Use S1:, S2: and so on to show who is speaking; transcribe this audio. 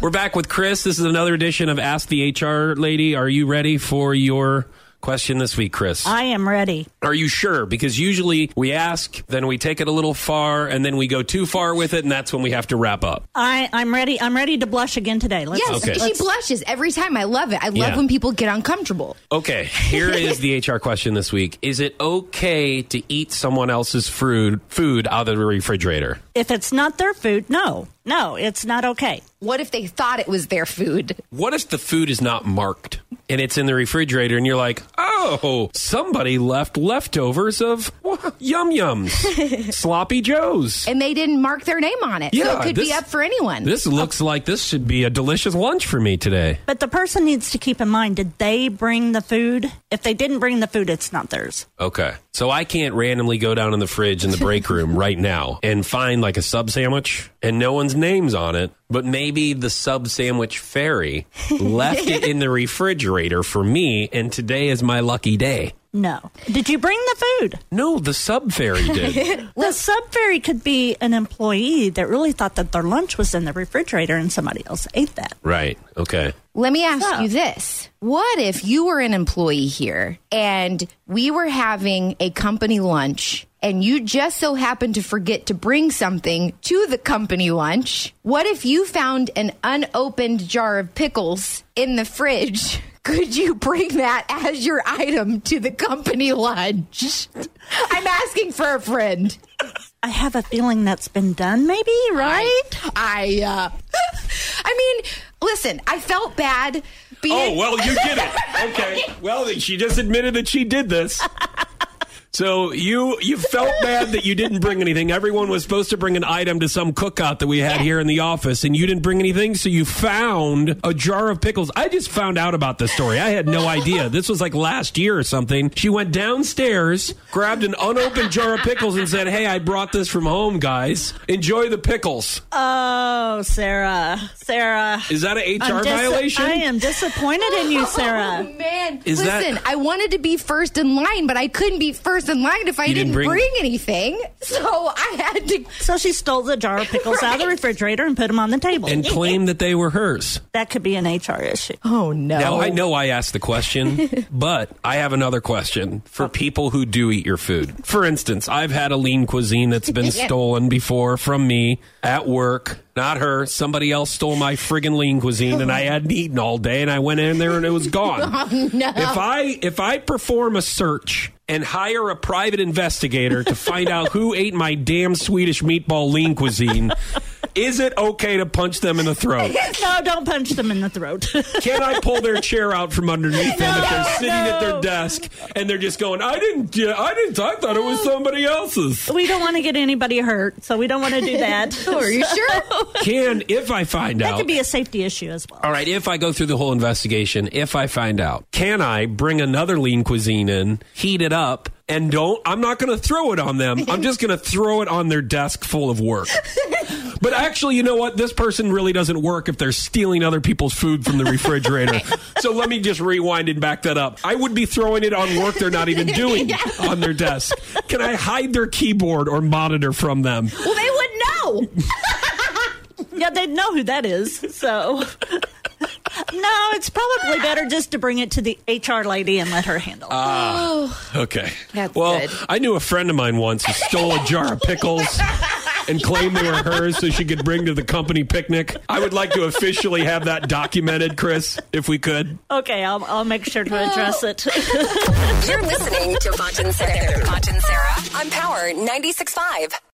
S1: We're back with Chris. This is another edition of Ask the HR Lady. Are you ready for your question this week, Chris?
S2: I am ready.
S1: Are you sure? Because usually we ask, then we take it a little far, and then we go too far with it, and that's when we have to wrap up.
S2: I, I'm ready. I'm ready to blush again today. Let's,
S3: Yes,
S1: Okay.
S3: she blushes every time. I love it. I love
S1: Yeah.
S3: when people get uncomfortable.
S1: Okay, here is the HR question this week. Is it okay to eat someone else's food food out of the refrigerator?
S2: If it's not their food, no, no, it's not okay.
S3: What if they thought it was their food?
S1: What if the food is not marked and it's in the refrigerator and you're like, "Oh, somebody left leftovers of wha- yum yums. sloppy joes."
S3: And they didn't mark their name on it. so
S1: Yeah,
S3: it could be
S1: this-
S3: up for anyone. Oh.
S1: This looks like this should be a delicious lunch for me today.
S2: But the person needs to keep in mind: did they bring the food? If they didn't bring the food, it's not theirs.
S1: Okay. So I can't randomly go down in the fridge in the break room right now and find like a sub sandwich and no one's name's on it, but maybe the sub sandwich fairy left it in the refrigerator for me and today is my lucky day.
S2: No. Did you bring the food?
S1: No, the sub fairy did.
S2: The sub fairy could be an employee that really thought that their lunch was in the refrigerator and somebody else ate that.
S1: right. Okay.
S3: Let me ask
S2: So-
S3: you this. What if you were an employee here and we were having a company lunch and you just so happened to forget to bring something to the company lunch? What if you found an unopened jar of pickles in the fridge? Could you bring that as your item to the company lunch? I'm asking for a friend.
S2: I have a feeling that's been done, maybe, right?
S3: I uh I mean, listen, I felt bad being
S1: Oh, you did it. Okay. Well, she just admitted that she did this. So you you felt bad that you didn't bring anything. Everyone was supposed to bring an item to some cookout that we had here in the office, and you didn't bring anything. So you found a jar of pickles. I just found out about this story. I had no idea. This was like last year or something. She went downstairs, grabbed an unopened jar of pickles, and said, "Hey, I brought this from home, guys. Enjoy the pickles."
S2: Oh, Sarah. Sarah.
S1: Is that an
S2: I'm
S1: HR
S2: dis-
S1: violation?
S2: I am disappointed in you,
S3: Oh,
S2: Sarah.
S3: man.
S1: Is that-
S3: Listen, I wanted to be first in line, but I couldn't be first in line if I
S1: You
S3: didn't,
S1: didn't bring-
S3: bring... anything. So I had to.
S2: So she stole the jar of pickles out of the refrigerator and put them on the table.
S1: and claimed that they were hers.
S2: that could be an HR issue.
S3: Oh, no.
S1: Now I know I asked the question, but I have another question for people who do eat your food. For instance, I've had a lean cuisine that's been stolen before from me at work. Not her. Somebody else stole my friggin' lean cuisine, and I hadn't eaten all day. And I went in there, and it was gone.
S3: Oh.
S1: If I if I perform a search and hire a private investigator to find out who ate my damn Swedish meatball lean cuisine, is it okay to punch them in the throat?
S2: No, don't punch them in the throat.
S1: Can I pull their chair out from underneath them if they're sitting at their desk and they're just going, "I didn't, yeah, I didn't, I thought it was somebody else's."
S2: we don't want to get anybody hurt, so we don't want to do that.
S3: Are you sure?
S1: Can if I find
S2: That
S1: out?
S2: could be a safety issue as well.
S1: all right, if I go through the whole investigation, if I find out, can I bring another lean cuisine in, heat it up, and don't? I'm not going to throw it on them. I'm just going to throw it on their desk full of work. But actually, you know what? This person really doesn't work if they're stealing other people's food from the refrigerator. so let me just rewind and back that up. I would be throwing it on work they're not even doing on their desk. Can I hide their keyboard or monitor from them?
S3: well, they would know.
S2: Yeah, they know who that is. So, no, it's probably better just to bring it to the HR lady and let her handle it.
S1: Ah, Okay.
S3: That's
S1: well,
S3: good.
S1: I knew a friend of mine once who stole a jar of pickles and claimed they were hers so she could bring to the company picnic. I would like to officially have that documented, Chris, if we could.
S2: okay, I'll, I'll make sure to address it.
S4: You're listening to Foch and Sarah. Foch and Sarah on Power 96.5.